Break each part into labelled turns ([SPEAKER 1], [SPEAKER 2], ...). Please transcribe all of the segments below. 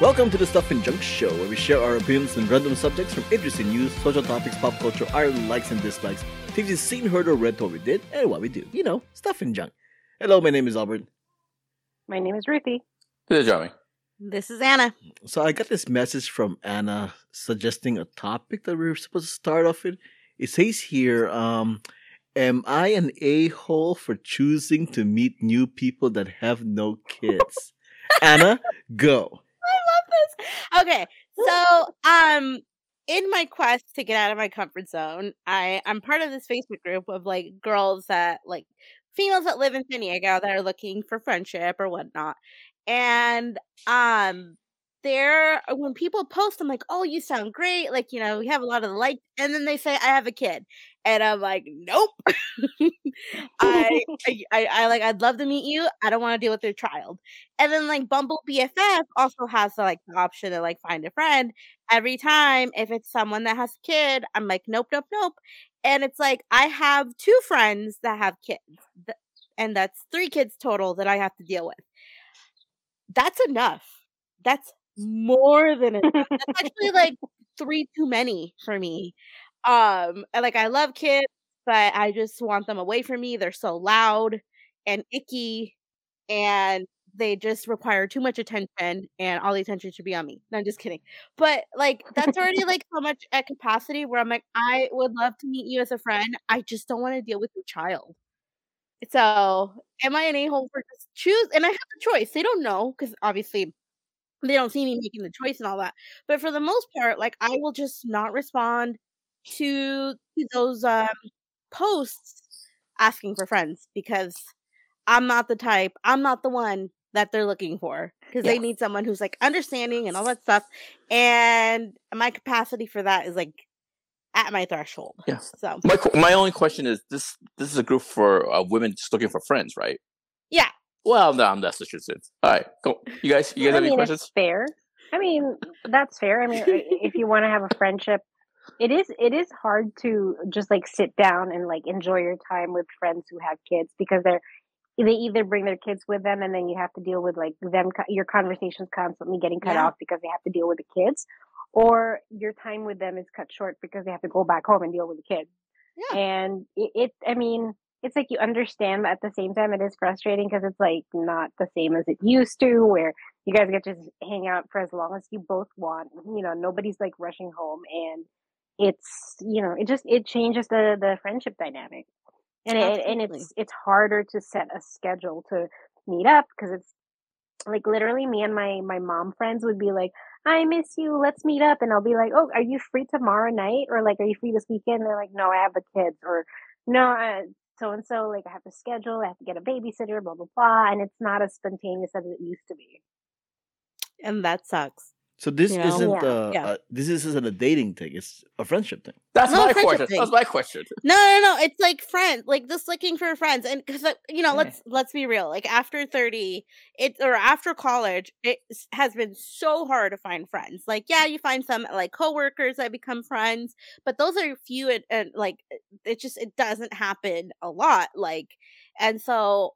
[SPEAKER 1] Welcome to the Stuff and Junk Show, where we share our opinions on random subjects from interesting news, social topics, pop culture, our likes and dislikes, things you've seen, heard, or read, what we did, and what we do. You know, stuff and junk. Hello, my name is Albert.
[SPEAKER 2] My name is Ruthie.
[SPEAKER 3] This is Joey.
[SPEAKER 4] This is Anna.
[SPEAKER 1] So I got this message from Anna suggesting a topic that we were supposed to start off with. It says here, um, Am I an a hole for choosing to meet new people that have no kids? Anna, go.
[SPEAKER 4] I love this. Okay, so um, in my quest to get out of my comfort zone, I I'm part of this Facebook group of like girls that like females that live in San Diego that are looking for friendship or whatnot, and um. There, when people post, I'm like, "Oh, you sound great! Like, you know, we have a lot of the like." And then they say, "I have a kid," and I'm like, "Nope." I, I, I, I like, I'd love to meet you. I don't want to deal with your child. And then like Bumble BFF also has the, like the option to like find a friend every time. If it's someone that has a kid, I'm like, nope, nope, nope. And it's like I have two friends that have kids, th- and that's three kids total that I have to deal with. That's enough. That's more than enough. That's actually like three too many for me. Um, and, like I love kids, but I just want them away from me. They're so loud and icky, and they just require too much attention, and all the attention should be on me. No, I'm just kidding. But like that's already like so much at capacity where I'm like, I would love to meet you as a friend. I just don't want to deal with your child. So am I an a-hole for just choose? And I have the choice. They don't know because obviously they don't see me making the choice and all that. But for the most part, like I will just not respond to to those um posts asking for friends because I'm not the type. I'm not the one that they're looking for because they
[SPEAKER 2] Yeah.
[SPEAKER 4] need someone who's like understanding and all that stuff. And my capacity for that is like at my threshold.
[SPEAKER 3] Yeah.
[SPEAKER 4] So
[SPEAKER 3] My qu- my only question is this: this is a group for uh, women just looking for friends, right?
[SPEAKER 4] Yeah.
[SPEAKER 3] Well, no, I'm not interested. All right, go. You guys, you guys
[SPEAKER 2] I mean,
[SPEAKER 3] have any
[SPEAKER 2] it's
[SPEAKER 3] questions?
[SPEAKER 2] fair. I mean, that's fair. I mean, i- if you want to have a friendship, it is it is hard to just like sit down and like enjoy your time with friends who have kids because they're they either bring their kids with them and then you have to deal with like them co- your conversations constantly getting cut
[SPEAKER 4] Yeah.
[SPEAKER 2] off because they have to deal with the kids or your time with them is cut short because they have to go back home and deal with the kids.
[SPEAKER 4] Yeah.
[SPEAKER 2] And it, it I mean, it's like you understand but at the same time it is frustrating because it's like not the same as it used to where you guys get to just hang out for as long as you both want you know nobody's like rushing home and it's you know it just it changes the the friendship dynamic and it, and
[SPEAKER 4] Absolutely.
[SPEAKER 2] it's it's harder to set a schedule to meet up because it's like literally me and my my mom friends would be like i miss you let's meet up and i'll be like oh are you free tomorrow night or like are you free this weekend they're like no i have the kids or no so and so like i have to schedule i have to get a babysitter blah blah blah and it's not as spontaneous as it used to be
[SPEAKER 4] and that sucks.
[SPEAKER 1] So this
[SPEAKER 4] You know?
[SPEAKER 1] isn't
[SPEAKER 2] Yeah.
[SPEAKER 1] uh,
[SPEAKER 4] Yeah.
[SPEAKER 1] uh, this isn't a dating thing. It's a friendship thing.
[SPEAKER 3] That's
[SPEAKER 4] No,
[SPEAKER 3] my
[SPEAKER 4] friendship
[SPEAKER 3] question.
[SPEAKER 4] thing.
[SPEAKER 3] That's my question.
[SPEAKER 4] No, no, no. It's like friends, like just looking for friends, and because you know,
[SPEAKER 3] Yeah.
[SPEAKER 4] let's let's be real. Like after thirty, it or after college, it s- has been so hard to find friends. Like, yeah, you find some like coworkers that become friends, but those are few, and, and like it- it just it doesn't happen a lot. Like, and so,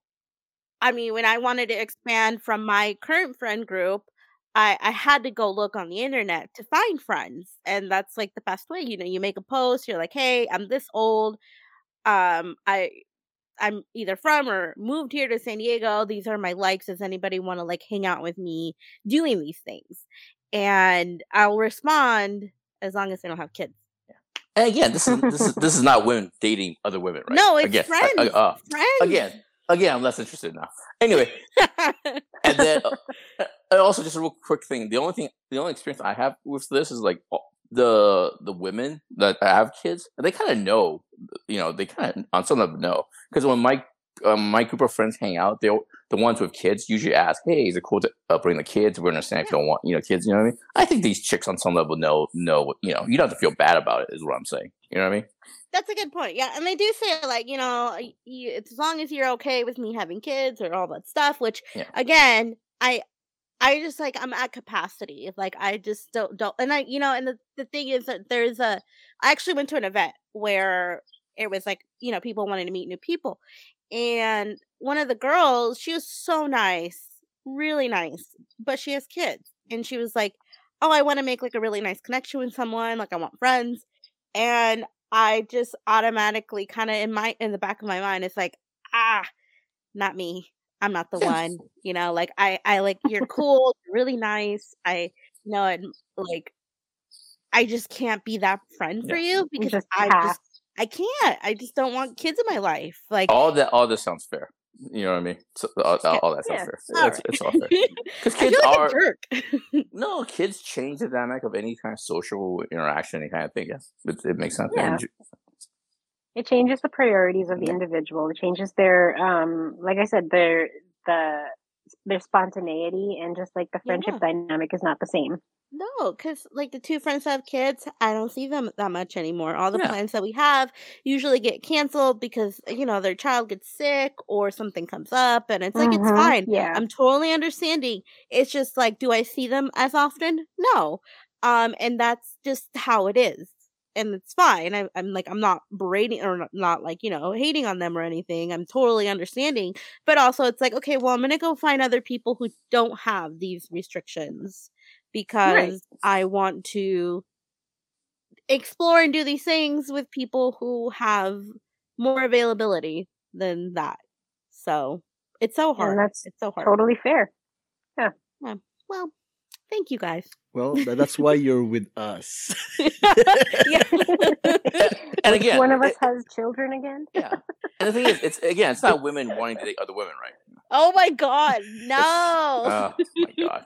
[SPEAKER 4] I mean, when I wanted to expand from my current friend group. I, I had to go look on the internet to find friends and that's like the best way you know you make a post you're like hey i'm this old um i i'm either from or moved here to san diego these are my likes does anybody want to like hang out with me doing these things and i'll respond as long as they don't have kids
[SPEAKER 3] And again, this is this is this is not women dating other women, right?
[SPEAKER 4] No, it's
[SPEAKER 3] again,
[SPEAKER 4] friends.
[SPEAKER 3] uh, uh,
[SPEAKER 4] friends
[SPEAKER 3] again, again, I'm less interested now. Anyway, and then uh, and also just a real quick thing. The only thing, the only experience I have with this is like all- the the women that have kids. They kind of know, you know, they kind of on some of them know because when my um, my group of friends hang out, they will the ones with kids usually ask, "Hey, is it cool to uh, bring the kids? We understand if you don't want, you know, kids. You know what I mean? I think these chicks on some level know know what you know. You don't have to feel bad about it, is what I'm saying. You know what I mean?
[SPEAKER 4] that's a good point yeah and they do say like you know y- you, it's as long as you're okay with me having kids or all that stuff which
[SPEAKER 3] Yeah.
[SPEAKER 4] again i i just like i'm at capacity like i just don't don't and i you know and the, the thing is that there's a i actually went to an event where it was like you know people wanted to meet new people and one of the girls she was so nice really nice but she has kids and she was like, "Oh, I want to make like a really nice connection with someone. Like I want friends." And I just automatically kind of in my in the back of my mind, it's like, ah, not me. I'm not the one. You know, like I I like you're cool, you're really nice. I you know and like I just can't be that friend for you because
[SPEAKER 2] just
[SPEAKER 4] I
[SPEAKER 2] pass.
[SPEAKER 4] just I can't. I just don't want kids in my life. Like
[SPEAKER 3] All that, all this sounds fair. You know what I mean? So, all, all, all that sounds
[SPEAKER 2] Yeah.
[SPEAKER 3] fair.
[SPEAKER 4] All
[SPEAKER 3] It's, it's all fair.
[SPEAKER 4] I
[SPEAKER 3] 'Cause
[SPEAKER 4] feel
[SPEAKER 3] kids
[SPEAKER 4] like
[SPEAKER 3] are
[SPEAKER 4] a jerk.
[SPEAKER 3] no kids change the dynamic of any kind of social interaction, any kind of thing. Yeah, it, it makes sense.
[SPEAKER 2] Yeah. It changes the priorities of the
[SPEAKER 3] Yeah.
[SPEAKER 2] individual. It changes their, um, like I said, their the their spontaneity and just like the friendship
[SPEAKER 4] Yeah.
[SPEAKER 2] dynamic is not the same.
[SPEAKER 4] No, because like the two friends that have kids, I don't see them that much anymore. All the
[SPEAKER 3] Yeah.
[SPEAKER 4] plans that we have usually get canceled because you know their child gets sick or something comes up, and it's like it's
[SPEAKER 2] Mhm.
[SPEAKER 3] Mm-hmm.
[SPEAKER 4] fine.
[SPEAKER 2] Yeah.
[SPEAKER 4] I'm totally understanding. It's just like, do I see them as often? No, um, and that's just how it is, and it's fine. I, I'm like, I'm not berating or not, not like you know hating on them or anything. I'm totally understanding, but also it's like, okay, well, I'm gonna go find other people who don't have these restrictions because I want to explore and do these things with people who have more availability than that. So it's so hard.
[SPEAKER 2] that's
[SPEAKER 4] it's so hard.
[SPEAKER 2] Totally fair.
[SPEAKER 4] Well, thank you guys.
[SPEAKER 1] Well, tha- that's why you're with us.
[SPEAKER 4] yeah.
[SPEAKER 3] And
[SPEAKER 2] Which
[SPEAKER 3] again,
[SPEAKER 2] one of us
[SPEAKER 3] it-
[SPEAKER 2] has children again?
[SPEAKER 3] yeah. And the thing is, it's again, it's not women wanting to date other women, right?
[SPEAKER 4] oh my god, no.
[SPEAKER 3] Oh my god.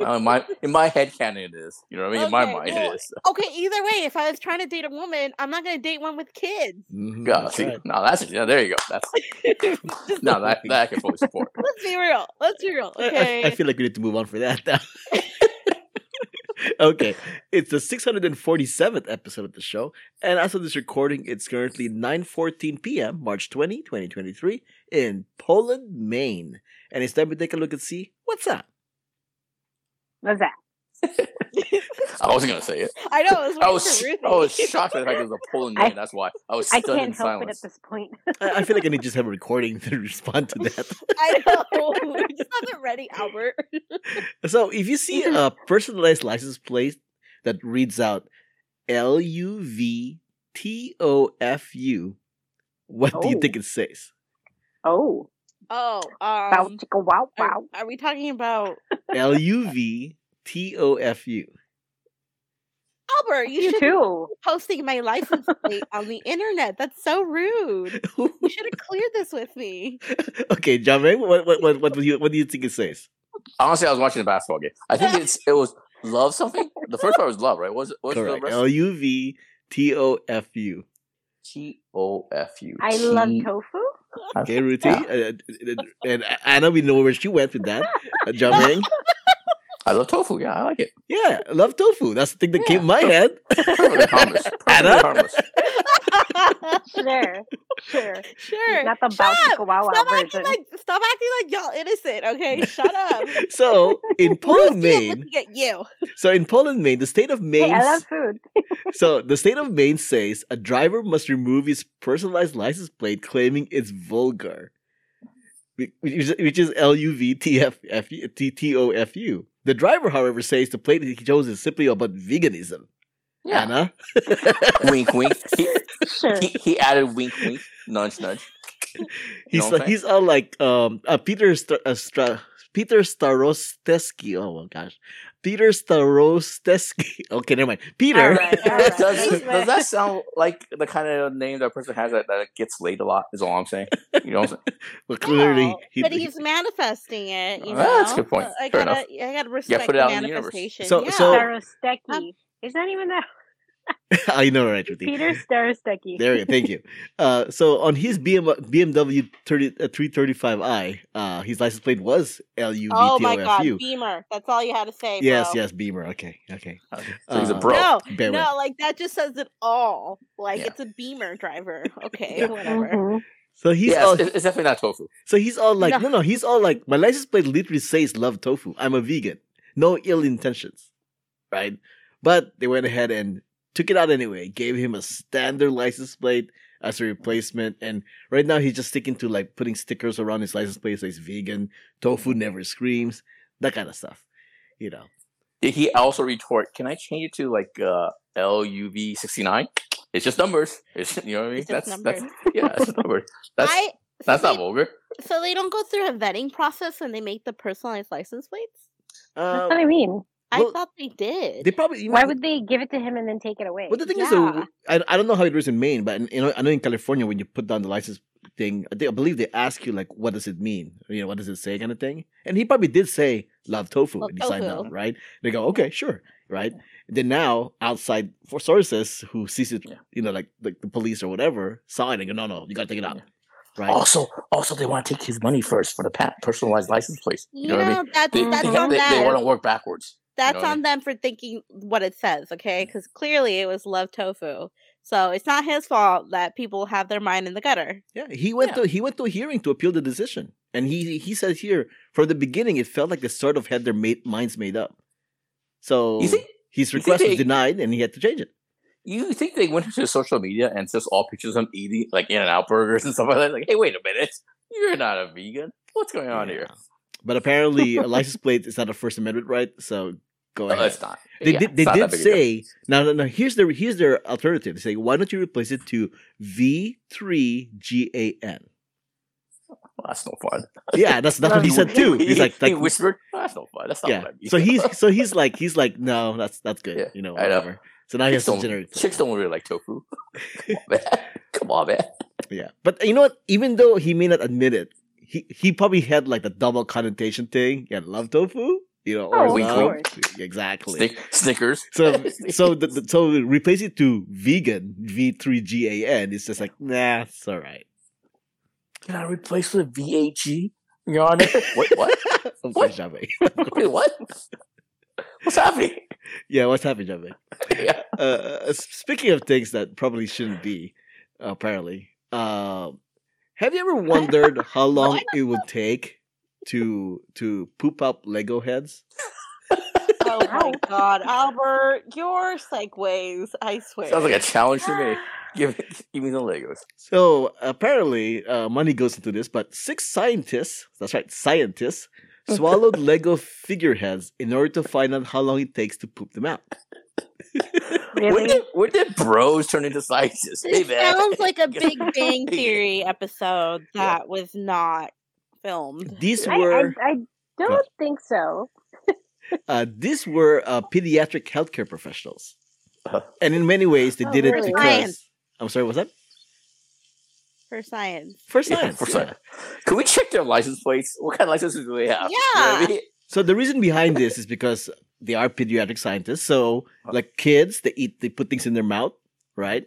[SPEAKER 3] Well, in my in my head canon it is. You know what I mean? in my
[SPEAKER 4] Okay,
[SPEAKER 3] mind
[SPEAKER 4] well,
[SPEAKER 3] it is.
[SPEAKER 4] okay, either way, if I was trying to date a woman, I'm not gonna date one with kids.
[SPEAKER 1] Mhm,
[SPEAKER 3] Yeah,
[SPEAKER 1] that's
[SPEAKER 3] see,
[SPEAKER 1] right.
[SPEAKER 3] no, that's yeah, there you go. That's no that that I can fully support.
[SPEAKER 4] Let's be real. Let's be real.
[SPEAKER 1] I- I-
[SPEAKER 4] Okay.
[SPEAKER 1] I, feel like we need to move on for that now. okay, it's the 647th episode of the show, and as of this recording, it's currently 9:14 p.m., March 20, 2023, in Poland, Maine. And it's time we take a look and see what's up.
[SPEAKER 2] What's that?
[SPEAKER 3] I wasn't gonna say it.
[SPEAKER 4] I know. I was,
[SPEAKER 3] I
[SPEAKER 4] waiting
[SPEAKER 3] was
[SPEAKER 4] for
[SPEAKER 3] I
[SPEAKER 4] Ruthie.
[SPEAKER 3] was shocked at the fact it was a Poland
[SPEAKER 2] I-
[SPEAKER 3] name. That's why I was
[SPEAKER 2] I
[SPEAKER 3] stunned in
[SPEAKER 2] can't help it
[SPEAKER 3] silence.
[SPEAKER 2] at this point.
[SPEAKER 1] I, I feel like I need to just have a recording to respond to that.
[SPEAKER 4] I know. we just wasn't ready, Albert.
[SPEAKER 1] So if you see a personalized license plate that reads out L U V T O F U, what do you
[SPEAKER 2] Oh.
[SPEAKER 1] think it says?
[SPEAKER 2] Oh,
[SPEAKER 4] Oh,
[SPEAKER 2] wow,
[SPEAKER 4] um,
[SPEAKER 2] chicka, wow,
[SPEAKER 4] are,
[SPEAKER 2] wow.
[SPEAKER 4] are we talking about
[SPEAKER 1] L U V T O F U.
[SPEAKER 4] Albert? You
[SPEAKER 2] You
[SPEAKER 4] should be
[SPEAKER 2] too.
[SPEAKER 4] posting my license plate on the internet. That's so rude. You should have cleared this with me.
[SPEAKER 1] Okay, Jamie, what what what what do you what do you think it says?
[SPEAKER 3] Honestly, I was watching a basketball game. I think it's it was love something. The first part was love, right? What was it what was the
[SPEAKER 1] Correct. Oh,
[SPEAKER 3] rest?
[SPEAKER 1] L U V T O F U.
[SPEAKER 3] T O F U.
[SPEAKER 2] I love
[SPEAKER 3] T-
[SPEAKER 2] tofu.
[SPEAKER 1] Okay, Ruthie, uh, uh, and Anna, we know where she went with that. Uh, Jameng?
[SPEAKER 3] I love tofu. Yeah, I like it.
[SPEAKER 1] yeah, I love tofu. That's the thing that came in my head.
[SPEAKER 3] Perfectly harmless. Perfectly
[SPEAKER 1] Anna?
[SPEAKER 3] harmless.
[SPEAKER 2] Sure, sure.
[SPEAKER 4] sure.
[SPEAKER 2] Not the
[SPEAKER 4] Shut
[SPEAKER 2] bow
[SPEAKER 4] up.
[SPEAKER 2] chicka, wow, wow
[SPEAKER 4] Stop acting
[SPEAKER 2] version.
[SPEAKER 4] like stop acting like y'all innocent. Okay, shut up.
[SPEAKER 1] So in Poland,
[SPEAKER 4] Ruthie, I'm
[SPEAKER 1] Maine,
[SPEAKER 4] looking at you.
[SPEAKER 1] So in Poland, Maine, the state of Maine.
[SPEAKER 2] Hey, I love food.
[SPEAKER 1] so the state of Maine says a driver must remove his personalized license plate, claiming it's vulgar, Wh- which is- which is L U V T F F U- T T O F U. The driver, however, says the plate he chose is simply about veganism.
[SPEAKER 3] Yeah.
[SPEAKER 1] Anna,
[SPEAKER 3] wink wink. He,
[SPEAKER 2] Sure.
[SPEAKER 3] he, he added wink wink. Nudge nudge.
[SPEAKER 1] he's
[SPEAKER 3] know what
[SPEAKER 1] like,
[SPEAKER 3] I'm
[SPEAKER 1] he's all like um uh, Peter St- uh, Stra- Peter Starosteski. Oh my gosh, Peter Starosteski. Okay, never mind. Peter.
[SPEAKER 2] All right, all right.
[SPEAKER 3] Does,
[SPEAKER 2] He's
[SPEAKER 3] does
[SPEAKER 2] like-
[SPEAKER 3] that sound like the kind of name that a person has that, that gets laid a lot? Is all I'm saying. You know, what I'm saying?
[SPEAKER 1] well, clearly,
[SPEAKER 4] No,
[SPEAKER 1] he-
[SPEAKER 4] but
[SPEAKER 1] he-
[SPEAKER 4] he's manifesting it. You know?
[SPEAKER 3] Well, Oh, that's a good point.
[SPEAKER 4] I
[SPEAKER 3] Fair
[SPEAKER 4] gotta,
[SPEAKER 3] enough.
[SPEAKER 4] I gotta respect
[SPEAKER 3] put it
[SPEAKER 4] the
[SPEAKER 3] out in the universe.
[SPEAKER 4] manifestation.
[SPEAKER 1] So-
[SPEAKER 4] yeah.
[SPEAKER 1] so-
[SPEAKER 2] Starostecki. Is that even that?
[SPEAKER 1] I know, right, Ruthie?
[SPEAKER 2] Peter Starostecki.
[SPEAKER 1] There you go. Thank you. Uh, so on his BM, BMW 30, uh, 335i, uh, his license plate was
[SPEAKER 4] oh my god,
[SPEAKER 1] LUVTOFU.
[SPEAKER 4] Beamer. That's all you had to say.
[SPEAKER 1] yes,
[SPEAKER 4] bro.
[SPEAKER 1] yes, Beamer. Okay, okay.
[SPEAKER 3] So he's a
[SPEAKER 1] Uh,
[SPEAKER 3] bro.
[SPEAKER 4] No,
[SPEAKER 1] bear with
[SPEAKER 4] no, like that just says it all. Like
[SPEAKER 1] Yeah.
[SPEAKER 4] it's a Beamer driver. Okay,
[SPEAKER 3] Yeah.
[SPEAKER 4] whatever.
[SPEAKER 2] Mhm.
[SPEAKER 1] So he's
[SPEAKER 3] yeah,
[SPEAKER 1] all,
[SPEAKER 3] it's, it's definitely not tofu.
[SPEAKER 1] so he's all like, no.
[SPEAKER 4] No.
[SPEAKER 1] no, he's all like, my license plate literally says "love tofu." I'm a vegan, no ill intentions, right? But they went ahead and took it out anyway. Gave him a standard license plate as a replacement, and right now he's just sticking to like putting stickers around his license plate that says "vegan," "tofu never screams," that kind of stuff, you know.
[SPEAKER 3] Did he also retort? Can I change it to like uh, LUV sixty nine? It's just numbers. It's you know what I mean.
[SPEAKER 4] It's
[SPEAKER 3] that's
[SPEAKER 4] just numbers.
[SPEAKER 3] that's yeah. It's just numbers. That's
[SPEAKER 4] I
[SPEAKER 3] that's
[SPEAKER 4] so
[SPEAKER 3] not
[SPEAKER 4] they-
[SPEAKER 3] vulgar.
[SPEAKER 4] So they don't go through a vetting process when they make the personalized license plates.
[SPEAKER 1] Um,
[SPEAKER 2] That's what I mean.
[SPEAKER 4] I
[SPEAKER 1] Well,
[SPEAKER 4] thought they did.
[SPEAKER 1] Uh, They probably even,
[SPEAKER 2] Why would they give it to him and then take it away?
[SPEAKER 1] Well, the thing is,
[SPEAKER 4] Yeah.
[SPEAKER 1] though, I, I don't know how it is in Maine, but in, you know, I know in California when you put down the license thing, I, think, I believe they ask you like, "What does it mean? You know, what does it say?" kind of thing. And he probably did say "love tofu"
[SPEAKER 4] Love
[SPEAKER 1] when he signed
[SPEAKER 4] tofu.
[SPEAKER 1] on, right? They go, "Okay, sure." Right? Then now, outside for sources who sees it,
[SPEAKER 3] Yeah.
[SPEAKER 1] you know, like like the police or whatever, saw it and go, "No, no, you gotta take it out." Right?
[SPEAKER 3] Also, also they want to take his money first for the pa- personalized license plate. You
[SPEAKER 4] you
[SPEAKER 3] know
[SPEAKER 4] know,
[SPEAKER 3] what I mean?
[SPEAKER 4] that's
[SPEAKER 3] They,
[SPEAKER 4] that's
[SPEAKER 3] they,
[SPEAKER 4] on
[SPEAKER 3] they,
[SPEAKER 4] them.
[SPEAKER 3] they want to work backwards.
[SPEAKER 4] that's
[SPEAKER 3] know what I
[SPEAKER 4] on them for thinking what it says, okay? Because clearly it was love tofu. So it's not his fault that people have their mind in the gutter.
[SPEAKER 1] Yeah, he went
[SPEAKER 3] Yeah.
[SPEAKER 1] to he went to a hearing to appeal the decision, and he he says here from the beginning it felt like they sort of had their made, minds made up. So
[SPEAKER 3] You think
[SPEAKER 1] his
[SPEAKER 3] you think
[SPEAKER 1] request was
[SPEAKER 3] they-
[SPEAKER 1] denied, and he had to change it.
[SPEAKER 3] you think they went into social media and it's just all pictures of him eating like In and Out burgers and stuff like that? Like, hey, wait a minute, you're not a vegan. What's going on here?
[SPEAKER 1] Yeah. But apparently, a license plate is not a First Amendment right, so go
[SPEAKER 3] No,
[SPEAKER 1] ahead.
[SPEAKER 3] it's not.
[SPEAKER 1] They
[SPEAKER 3] Yeah,
[SPEAKER 1] did. They
[SPEAKER 3] it's not
[SPEAKER 1] did
[SPEAKER 3] that big a deal.
[SPEAKER 1] say no, no, no. Here's their here's their alternative. They say, why don't you replace it to V three G A N?
[SPEAKER 3] Well, that's no fun.
[SPEAKER 1] Yeah, that's that's what he said too. He's like,
[SPEAKER 3] he
[SPEAKER 1] like
[SPEAKER 3] whispered, "Oh, that's no fun. That's not
[SPEAKER 1] yeah.
[SPEAKER 3] what I mean.
[SPEAKER 1] So he's so he's like he's like no, that's that's good.
[SPEAKER 3] Yeah,
[SPEAKER 1] you know,
[SPEAKER 3] I know.
[SPEAKER 1] whatever. So now he has
[SPEAKER 3] Chicks
[SPEAKER 1] to
[SPEAKER 3] don't-
[SPEAKER 1] generate.
[SPEAKER 3] chicks don't really like tofu. Come on, man. Come on, man.
[SPEAKER 1] Yeah, but you know what? Even though he may not admit it, he he probably had like the double connotation thing. Yeah, love tofu. You know, or
[SPEAKER 2] Oh,
[SPEAKER 3] of
[SPEAKER 1] love. Exactly.
[SPEAKER 3] Snick, Snickers.
[SPEAKER 1] So so the, the, so replace it to vegan V three G A N. It's just like nah, it's all right.
[SPEAKER 3] Can I replace with VAG, Your Honor? Wait, what?
[SPEAKER 1] I'm sorry,
[SPEAKER 3] What?
[SPEAKER 1] Jabe.
[SPEAKER 3] Wait, what? What's happening?
[SPEAKER 1] Yeah, what's happening, Jabe?
[SPEAKER 3] Yeah.
[SPEAKER 1] Uh, s- speaking of things that probably shouldn't be, apparently, uh, have you ever wondered how long it would take to to poop up Lego heads?
[SPEAKER 4] Oh
[SPEAKER 2] my
[SPEAKER 4] god, Albert, your segues, I swear.
[SPEAKER 3] Sounds like a challenge to me. Give, me- give me the Legos.
[SPEAKER 1] So apparently, uh, money goes into this, but six scientists, that's right, scientists, swallowed Lego figureheads in order to find out how long it takes to poop them out.
[SPEAKER 3] When
[SPEAKER 2] Really?
[SPEAKER 3] did, when did bros turn into scientists? Hey,
[SPEAKER 4] This
[SPEAKER 3] man.
[SPEAKER 4] sounds like a
[SPEAKER 3] Yeah.
[SPEAKER 4] Big Bang
[SPEAKER 3] Yeah.
[SPEAKER 4] Theory episode
[SPEAKER 3] Yeah.
[SPEAKER 4] that was not filmed.
[SPEAKER 1] These
[SPEAKER 2] I, I,
[SPEAKER 1] were
[SPEAKER 2] I don't think so.
[SPEAKER 1] uh, these were uh, pediatric healthcare professionals,
[SPEAKER 3] Uh-huh.
[SPEAKER 1] and in many ways, they
[SPEAKER 2] Oh,
[SPEAKER 1] did it
[SPEAKER 2] really?
[SPEAKER 1] because
[SPEAKER 4] Science.
[SPEAKER 1] I'm sorry, what's that?
[SPEAKER 4] For science.
[SPEAKER 1] For
[SPEAKER 3] Yeah,
[SPEAKER 1] science.
[SPEAKER 3] for
[SPEAKER 1] yeah.
[SPEAKER 3] science. Can we check their license plates? What kind of licenses do they have?
[SPEAKER 4] Yeah.
[SPEAKER 3] mean?
[SPEAKER 1] So the reason behind this is because they are pediatric scientists. So like kids, they eat, they put things in their mouth, right?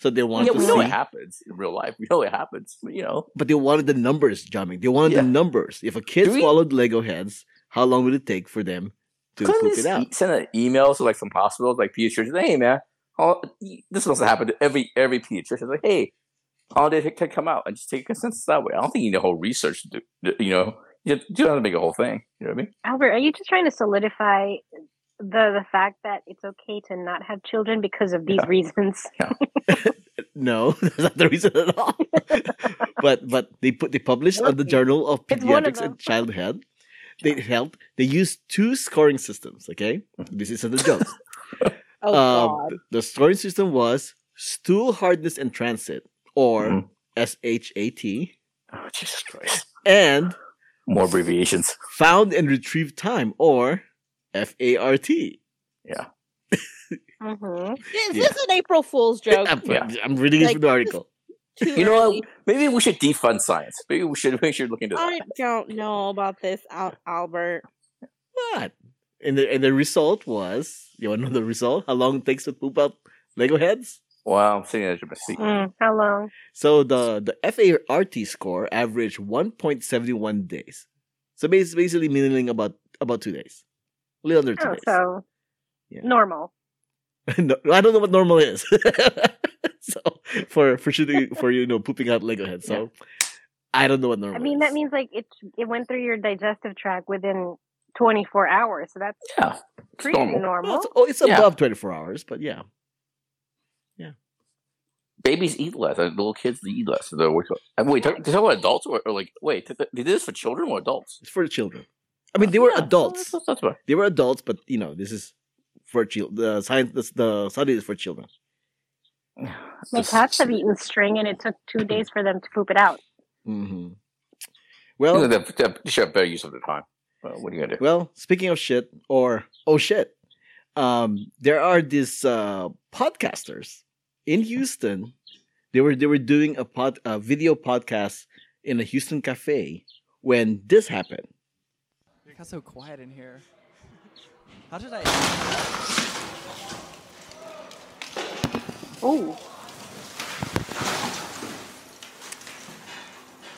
[SPEAKER 1] So they want
[SPEAKER 3] yeah,
[SPEAKER 1] to
[SPEAKER 3] we know
[SPEAKER 1] see.
[SPEAKER 3] what happens in real life. We know what happens. but, You know,
[SPEAKER 1] but they wanted the numbers, Jamming. They wanted
[SPEAKER 3] Yeah.
[SPEAKER 1] the numbers. If a kid
[SPEAKER 3] Do we-
[SPEAKER 1] swallowed Lego heads, how long would it take for them to
[SPEAKER 3] Couldn't
[SPEAKER 1] poop
[SPEAKER 3] they
[SPEAKER 1] it
[SPEAKER 3] s-
[SPEAKER 1] out?
[SPEAKER 3] send an email to like some hospitals, like pediatricians. Hey, man, how- this must happen to every every pediatrician. Like, hey, all day can come out and just take a consensus that way. I don't think you need a whole research. To, do- you know, you you don't have to make a whole thing. You know what I mean?
[SPEAKER 2] Albert, are you just trying to solidify the the fact that it's okay to not have children because of these
[SPEAKER 3] Yeah.
[SPEAKER 2] reasons?
[SPEAKER 1] No, that's not the reason at all. but but they put they published on the
[SPEAKER 2] Working.
[SPEAKER 1] Journal of
[SPEAKER 2] It's one of
[SPEAKER 1] Pediatrics
[SPEAKER 2] them.
[SPEAKER 1] and Child Health. They helped. They used two scoring systems. Okay, this isn't a joke.
[SPEAKER 4] Oh
[SPEAKER 1] um,
[SPEAKER 4] god.
[SPEAKER 1] th- the scoring system was stool hardness and transit, or
[SPEAKER 3] Mhm.
[SPEAKER 1] SHAT,
[SPEAKER 3] Oh, Jesus Christ!
[SPEAKER 1] and
[SPEAKER 3] More abbreviations.
[SPEAKER 1] found and retrieved time, or FART.
[SPEAKER 2] hmm
[SPEAKER 4] This
[SPEAKER 1] yeah.
[SPEAKER 4] is an April Fool's joke.
[SPEAKER 1] I'm,
[SPEAKER 3] Yeah.
[SPEAKER 1] I'm reading it
[SPEAKER 4] Like,
[SPEAKER 1] from the article.
[SPEAKER 4] Too
[SPEAKER 3] um, You know
[SPEAKER 4] early.
[SPEAKER 3] what? Maybe we should defund science. Maybe we should we should look into that.
[SPEAKER 4] I don't know about this, Al- Albert.
[SPEAKER 1] What? And the and the result was you want to know the result? How long it takes to poop out Lego heads?
[SPEAKER 3] Wow, I'm sitting at my seat.
[SPEAKER 2] Mm, how long?
[SPEAKER 1] So the the FART score averaged 1.71 days. So bas- basically meaning about about two days, a little under two
[SPEAKER 2] Oh,
[SPEAKER 1] days.
[SPEAKER 2] so
[SPEAKER 1] Yeah.
[SPEAKER 2] normal.
[SPEAKER 1] No, I don't know what normal is. so for for shooting for you know pooping out Lego heads. So I don't know what normal.
[SPEAKER 2] I mean,
[SPEAKER 1] is.
[SPEAKER 2] that means like it it went through your digestive tract within 24 hours, so that's
[SPEAKER 3] Yeah, it's
[SPEAKER 2] pretty
[SPEAKER 3] normal.
[SPEAKER 2] normal.
[SPEAKER 1] Well, it's, oh, it's
[SPEAKER 3] Yeah.
[SPEAKER 1] above 24 hours, but yeah.
[SPEAKER 3] babies eat less. and Little kids they eat less. So they're wake up. And wait, they're, they're talking about adults or, or like wait, th- th- they did this for children or adults?
[SPEAKER 1] It's for the children. I
[SPEAKER 2] Oh,
[SPEAKER 1] mean, they were
[SPEAKER 3] Yeah,
[SPEAKER 1] adults.
[SPEAKER 3] That's, that's fine.
[SPEAKER 1] They were adults, but you know, this is for children. The science, this- the study is for children.
[SPEAKER 2] My
[SPEAKER 3] Just-
[SPEAKER 2] cats have eaten string, and it took two days for them to poop it out.
[SPEAKER 1] hmm
[SPEAKER 3] Mm-hmm. You
[SPEAKER 1] Well,
[SPEAKER 3] know, they- they- they should have better use of the time. Well, what are you gonna do?
[SPEAKER 1] Well, speaking of shit or oh shit, um, there are these uh, podcasters in Houston. They were they were doing a pod a video podcast in a Houston cafe when this happened.
[SPEAKER 5] It got so quiet in here. How did I?
[SPEAKER 2] Oh,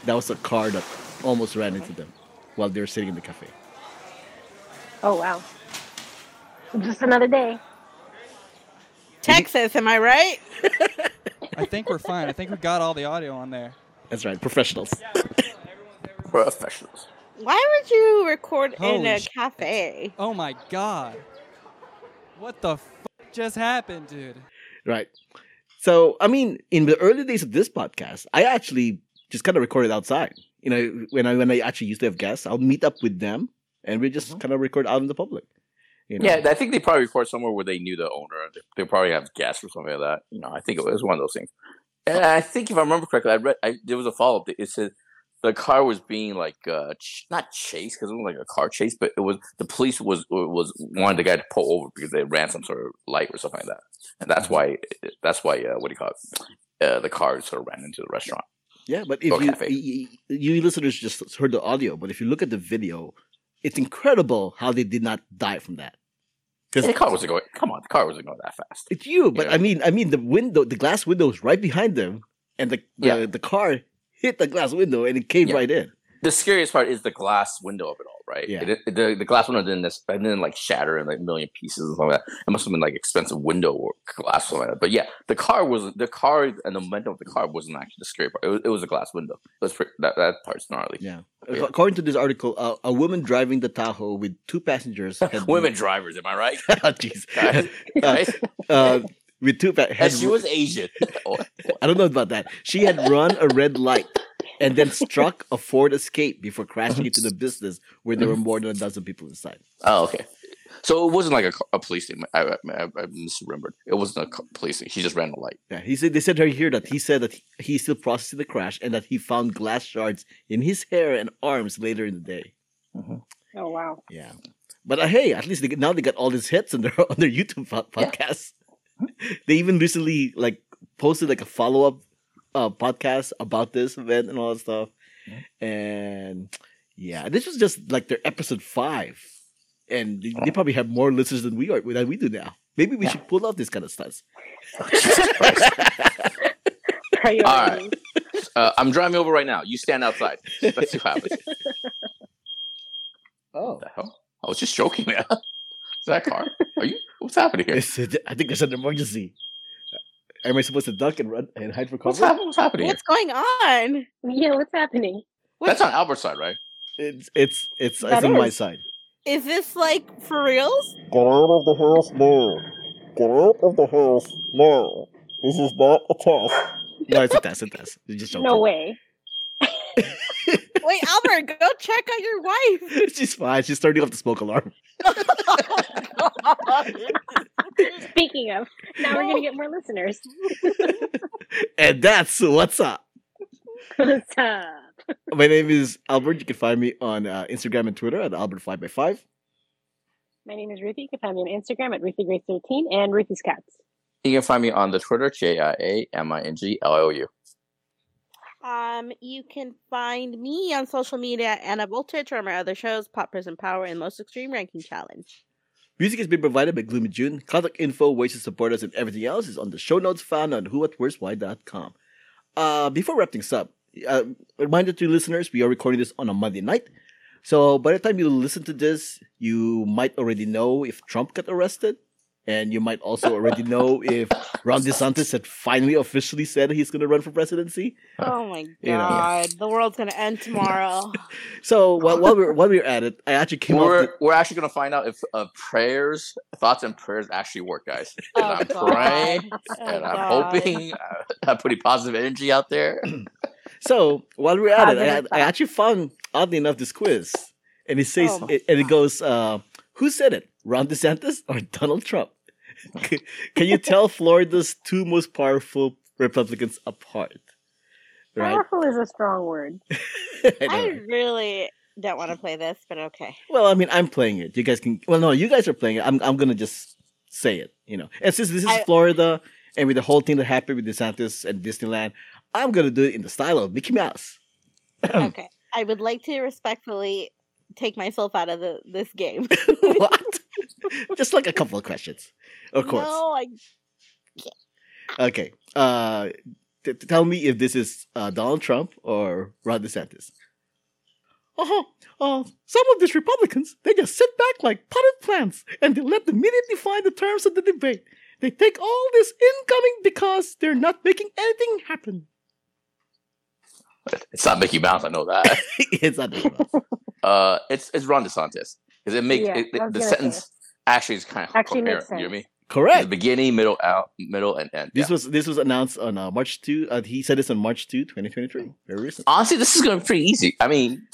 [SPEAKER 1] That was a car that almost ran into them while they were sitting in the cafe.
[SPEAKER 2] oh wow! Just another day.
[SPEAKER 4] Texas, am I right?
[SPEAKER 5] I think we're fine. I think we got all the audio on there.
[SPEAKER 1] That's right, professionals.
[SPEAKER 3] Professionals.
[SPEAKER 4] Why would you record in
[SPEAKER 5] Holy
[SPEAKER 4] a
[SPEAKER 5] shit.
[SPEAKER 4] cafe?
[SPEAKER 5] Oh my god! What the f- just happened, dude?
[SPEAKER 1] Right. So, I mean, in the early days of this podcast, I actually just kind of recorded outside. You know, when I when I actually used to have guests, I'll meet up with them and we just
[SPEAKER 3] Mhm.
[SPEAKER 1] kind of record out in the public. You know?
[SPEAKER 3] Yeah, I think they probably record somewhere where they knew the owner. They, they probably have guests or something like that. You know, I think it was one of those things. And I think if I remember correctly, I read I, there was a follow up. It said the car was being like uh, ch- not chased because it was like a car chase, but it was the police was was wanted the guy to pull over because they ran some sort of light or something like that, and that's why that's why uh, what do you call it? Uh, the car sort of ran into the restaurant.
[SPEAKER 1] Yeah, but if
[SPEAKER 3] Or
[SPEAKER 1] you,
[SPEAKER 3] cafe.
[SPEAKER 1] you you listeners just heard the audio, but if you look at the video, it's incredible how they did not die from that.
[SPEAKER 3] The car wasn't going. Come on, the car wasn't going that fast.
[SPEAKER 1] It's you, but
[SPEAKER 3] Yeah.
[SPEAKER 1] I mean, I mean, the window, the glass window was right behind them, and the the,
[SPEAKER 3] Yeah.
[SPEAKER 1] the car hit the glass window and it came
[SPEAKER 3] Yeah.
[SPEAKER 1] right in.
[SPEAKER 3] the scariest part is the glass window of it all, right?
[SPEAKER 1] Yeah.
[SPEAKER 3] It- it- the, the glass window didn't this and then like shatter in like a million pieces and stuff like that. It must have been like expensive window or glass or something like that. But yeah, the car was the car and the momentum of the car wasn't actually the scary part. It was, it was a glass window. It was pretty, that that part's gnarly.
[SPEAKER 1] Yeah.
[SPEAKER 3] Yeah.
[SPEAKER 1] According to this article, uh, a woman driving the Tahoe with two passengers had
[SPEAKER 3] Women drivers, am I right?
[SPEAKER 1] Ah, Jeez.
[SPEAKER 3] Guys, guys?
[SPEAKER 1] Uh, with two pa- had,
[SPEAKER 3] and she was Asian. Oh,
[SPEAKER 1] I don't know about that. She had run a red light and then struck a Ford Escape before crashing into the business where there were more than a dozen people inside.
[SPEAKER 3] oh, okay. So it wasn't like a, ca- a police thing. I, I, I, I misremembered. It wasn't a ca- police thing. She just ran the light.
[SPEAKER 1] Yeah, he said they said right here that he said that he, he's still processing the crash and that he found glass shards in his hair and arms later in the day.
[SPEAKER 2] Oh wow!
[SPEAKER 1] Yeah, but uh, hey, at least they, get- now they got all these hits on their on their YouTube po-
[SPEAKER 3] Yeah.
[SPEAKER 1] podcasts. they even recently like posted like a follow up uh, podcast about this event and all that stuff. And yeah, this was just like their episode five, and they, they probably have more listeners than we are than we do now. Maybe we
[SPEAKER 3] Yeah.
[SPEAKER 1] should pull out this kind of stuff.
[SPEAKER 2] Priorities.
[SPEAKER 3] Uh, I'm driving over right now. You stand outside. Let's see what happens.
[SPEAKER 1] Oh,
[SPEAKER 3] the hell? I was just joking, man. Is that a car? Are you? What's happening here?
[SPEAKER 1] This is- I think there's an emergency. Am I supposed to duck and run and hide for
[SPEAKER 3] What's,
[SPEAKER 1] cover?
[SPEAKER 3] happening? what's happening here?
[SPEAKER 4] What's going on?
[SPEAKER 2] yeah, what's happening?
[SPEAKER 4] What-
[SPEAKER 3] That's on Albert's side, right?
[SPEAKER 1] It's it's it's, it's
[SPEAKER 2] That
[SPEAKER 1] on my
[SPEAKER 2] is.
[SPEAKER 1] side.
[SPEAKER 4] Is this like for reals?
[SPEAKER 6] Get out of the house now. Get out of the house now. This is not a test.
[SPEAKER 1] No, it's a test. It's a test. You're just joking.
[SPEAKER 2] No way.
[SPEAKER 4] Wait, Albert, go check on your wife.
[SPEAKER 1] She's fine. She's turning off the smoke alarm.
[SPEAKER 2] Speaking of, now we're gonna get more listeners.
[SPEAKER 1] And that's what's up.
[SPEAKER 2] What's up?
[SPEAKER 1] My name is Albert. You can find me on uh, Instagram and Twitter at Albert Five by Five.
[SPEAKER 2] My name is Ruthie. You can find me on Instagram at RuthieGrace13 and Ruthie's Cats.
[SPEAKER 3] You can find me on the Twitter, J I A M I N G L O U.
[SPEAKER 4] Um, you can find me on social media, Anna Voltage, or my other shows, Pop Prison Power and Most Extreme Ranking Challenge.
[SPEAKER 1] Music has been provided by Gloomy June. Contact info, ways to support us, and everything else is on the show notes found on whoatworstwhy.com. Uh, before wrapping things up, uh, reminder to listeners, we are recording this on a Monday night. So by the time you listen to this, you might already know if Trump got arrested. And you might also already know if Ron DeSantis had finally officially said he's going to run for presidency.
[SPEAKER 4] Oh my god,
[SPEAKER 1] You know.
[SPEAKER 4] the world's gonna end tomorrow.
[SPEAKER 1] So while, while, we're, while we're at it, I actually came up
[SPEAKER 3] We're,
[SPEAKER 1] with-
[SPEAKER 3] we're actually going to find out if uh, prayers, thoughts, and prayers actually work, guys.
[SPEAKER 4] oh,
[SPEAKER 3] And I'm
[SPEAKER 4] God.
[SPEAKER 3] praying,
[SPEAKER 4] Oh,
[SPEAKER 3] and I'm
[SPEAKER 4] God.
[SPEAKER 3] hoping. Uh, I'm putting positive energy out there.
[SPEAKER 1] So while we're at it, I,
[SPEAKER 2] Positive
[SPEAKER 1] had- I actually found, oddly enough, this quiz. and it says,
[SPEAKER 4] Oh my
[SPEAKER 1] it, and it goes, uh, "Who said it? Ron DeSantis or Donald Trump?" Can you tell Florida's two most powerful Republicans apart? Right?
[SPEAKER 2] Powerful is a strong word.
[SPEAKER 1] I know,
[SPEAKER 4] I
[SPEAKER 1] right?
[SPEAKER 4] really don't want to play this, but okay.
[SPEAKER 1] Well, I mean, I'm playing it. You guys can. Well, no, you guys are playing it. I'm. I'm gonna just say it. You know, and since this is
[SPEAKER 4] I-
[SPEAKER 1] Florida, and with the whole thing that happened with DeSantis and Disneyland, I'm gonna do it in the style of Mickey Mouse. Oh.
[SPEAKER 4] Okay. I would like to respectfully take myself out of the, this game.
[SPEAKER 1] what? just like a couple of questions, of course.
[SPEAKER 4] No, I,
[SPEAKER 1] Okay. Uh, t- t- tell me if this is uh, Donald Trump or Ron DeSantis. Oh, uh, some of these Republicans, they just sit back like potted plants and they let the media define the terms of the debate. They take all this incoming because they're not making anything happen.
[SPEAKER 3] It's not Mickey Mouse. I know that.
[SPEAKER 1] it's not Mickey Mouse.
[SPEAKER 3] uh, it's it's Ron DeSantis because it makes
[SPEAKER 2] Yeah,
[SPEAKER 3] it,
[SPEAKER 2] I
[SPEAKER 3] it,
[SPEAKER 2] was
[SPEAKER 3] the
[SPEAKER 2] gonna
[SPEAKER 3] sentence actually is kind of
[SPEAKER 2] Actually
[SPEAKER 3] coherent.
[SPEAKER 2] makes
[SPEAKER 3] You know
[SPEAKER 2] sense.
[SPEAKER 3] me? The
[SPEAKER 1] Correct.
[SPEAKER 3] beginning, middle, out, middle, and end.
[SPEAKER 1] This
[SPEAKER 3] yeah.
[SPEAKER 1] was this was announced on uh, March 2. Uh, he said this on March 2, 2023. Very recent.
[SPEAKER 3] Honestly, this is going to be pretty easy. I mean,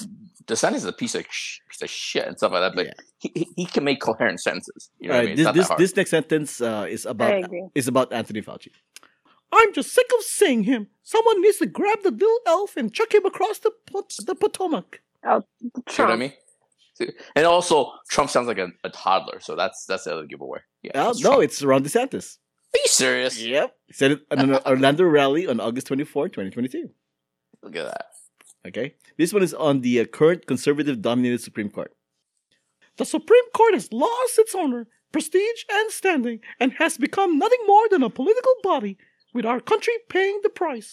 [SPEAKER 3] DeSantis is a piece of sh- piece of shit and stuff like that, but
[SPEAKER 1] Yeah.
[SPEAKER 3] he he, he can make coherent sentences. You know what I
[SPEAKER 1] Alright,
[SPEAKER 3] mean? It's not
[SPEAKER 1] this,
[SPEAKER 3] that hard.
[SPEAKER 1] this, this next sentence uh, is about
[SPEAKER 2] I agree.
[SPEAKER 1] is about Anthony Fauci. I'm just sick of seeing him. Someone needs to grab the little elf and chuck him across the pot- the Potomac.
[SPEAKER 3] See what I
[SPEAKER 2] Trump.
[SPEAKER 3] mean? See- And also, Trump sounds like a, a toddler, so that's that's the other giveaway. Yeah,
[SPEAKER 1] Uh,
[SPEAKER 3] that's
[SPEAKER 1] no,
[SPEAKER 3] Trump.
[SPEAKER 1] it's Ron DeSantis.
[SPEAKER 3] be serious.
[SPEAKER 1] Yep. He said it at an Orlando rally on August 24, 2022.
[SPEAKER 3] Look at that.
[SPEAKER 1] Okay. This one is on the uh, current conservative dominated Supreme Court. The Supreme Court has lost its honor, prestige, and standing and has become nothing more than a political body, with our country paying the price.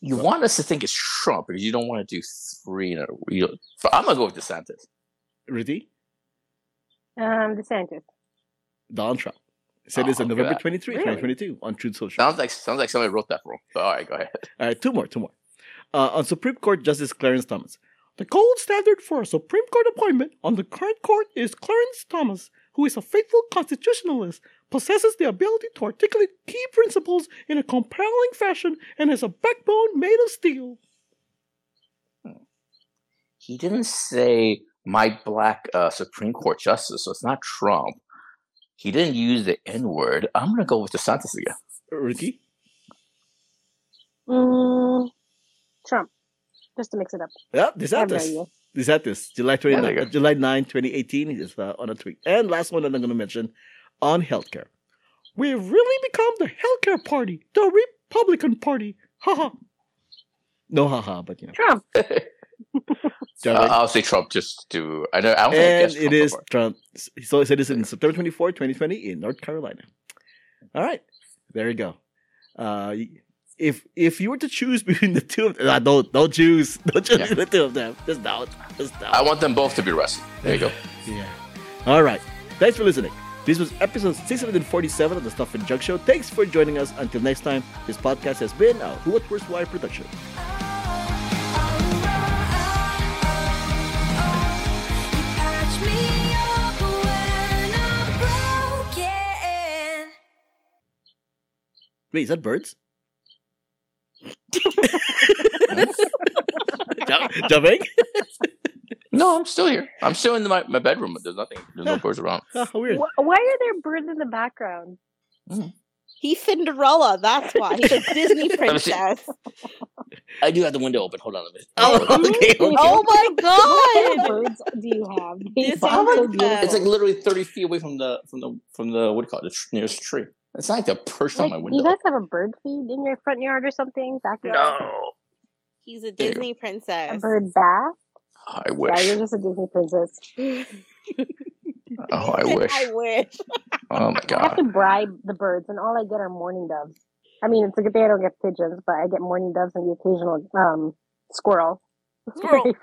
[SPEAKER 3] You want us to think it's Trump because you don't want to do three in a you know, but I'm gonna go with DeSantis.
[SPEAKER 1] Rudy?
[SPEAKER 2] Um, DeSantis.
[SPEAKER 1] Donald Trump. It Said this
[SPEAKER 3] Oh,
[SPEAKER 1] on
[SPEAKER 3] look at
[SPEAKER 1] November
[SPEAKER 3] that.
[SPEAKER 1] 23,
[SPEAKER 2] Really?
[SPEAKER 1] 2022 on Truth Social.
[SPEAKER 3] Sounds like sounds like somebody wrote that for him. But all right, go ahead.
[SPEAKER 1] All right, two more, two more. Uh, on Supreme Court Justice Clarence Thomas. The gold standard for a Supreme Court appointment on the current court is Clarence Thomas, who is a faithful constitutionalist, possesses the ability to articulate key principles in a compelling fashion, and has a backbone made of steel.
[SPEAKER 3] He didn't say my black uh, Supreme Court justice, so it's not Trump. He didn't use the N word. I'm gonna go with DeSantis again.
[SPEAKER 1] Ricky?
[SPEAKER 2] Mm, Trump. Just to mix it up.
[SPEAKER 1] Yeah,
[SPEAKER 2] I have no
[SPEAKER 1] DeSantis.
[SPEAKER 2] idea.
[SPEAKER 1] DeSantis, July 29,
[SPEAKER 3] go.
[SPEAKER 1] uh, July 9, 2018, is uh, on a tweet. And last one that I'm going to mention on healthcare. We've really become the healthcare party, the Republican Party. Haha. No haha, but you know.
[SPEAKER 2] Trump.
[SPEAKER 1] you know
[SPEAKER 3] Uh,
[SPEAKER 1] what I mean?
[SPEAKER 3] I'll say Trump just to. I know. I don't think I
[SPEAKER 1] and
[SPEAKER 3] guessed
[SPEAKER 1] it
[SPEAKER 3] Trump so
[SPEAKER 1] is
[SPEAKER 3] far.
[SPEAKER 1] Trump. So it said this in September 24, 2020, in North Carolina. All right. There you go. Uh, if if you were to choose between the two of them, nah, don't, don't choose. Don't choose
[SPEAKER 3] Yeah.
[SPEAKER 1] between the two of them. Just don't. Just don't.
[SPEAKER 3] I want them both to be arrested. There you go.
[SPEAKER 1] Yeah. All right. Thanks for listening. This was episode 647 of the Stuff and Junk Show. Thanks for joining us. Until next time, this podcast has been a Who What Worst Why production.
[SPEAKER 7] Patch me up when I'm broken.
[SPEAKER 1] Wait, is that birds? Jump- Jumping?
[SPEAKER 3] No, I'm still here. I'm still in my, my bedroom. There's nothing. There's no birds around.
[SPEAKER 1] Oh, how weird.
[SPEAKER 2] Wh- Why are there birds in the background?
[SPEAKER 4] he's Cinderella. That's why he's a Disney princess.
[SPEAKER 3] I do have the window open. Hold on a minute.
[SPEAKER 1] Oh, okay. okay.
[SPEAKER 4] Oh
[SPEAKER 2] What
[SPEAKER 4] my
[SPEAKER 2] kind of
[SPEAKER 4] god!
[SPEAKER 2] birds do you have? They
[SPEAKER 4] This
[SPEAKER 2] sound
[SPEAKER 4] is
[SPEAKER 2] so
[SPEAKER 4] like-
[SPEAKER 2] beautiful.
[SPEAKER 3] It's like literally 30 feet away from the from the from the what do you call it? The tr- nearest tree. It's not like they're perched on
[SPEAKER 2] Like,
[SPEAKER 3] my
[SPEAKER 2] do you
[SPEAKER 3] window.
[SPEAKER 2] guys have a bird feed in your front yard or something? Backyard?
[SPEAKER 3] No,
[SPEAKER 4] He's
[SPEAKER 3] There
[SPEAKER 4] a
[SPEAKER 3] you go.
[SPEAKER 4] Disney
[SPEAKER 2] A
[SPEAKER 4] princess.
[SPEAKER 2] bird bath?
[SPEAKER 3] Oh, I
[SPEAKER 2] Yeah,
[SPEAKER 3] wish.
[SPEAKER 2] you're just a Disney princess.
[SPEAKER 3] Oh, I wish.
[SPEAKER 4] I wish.
[SPEAKER 3] Oh my
[SPEAKER 2] I have
[SPEAKER 3] god.
[SPEAKER 2] to bribe the birds, and all I get are mourning doves. I mean, it's a good thing I don't get pigeons, but I get mourning doves and the occasional um, squirrel. Squirrel.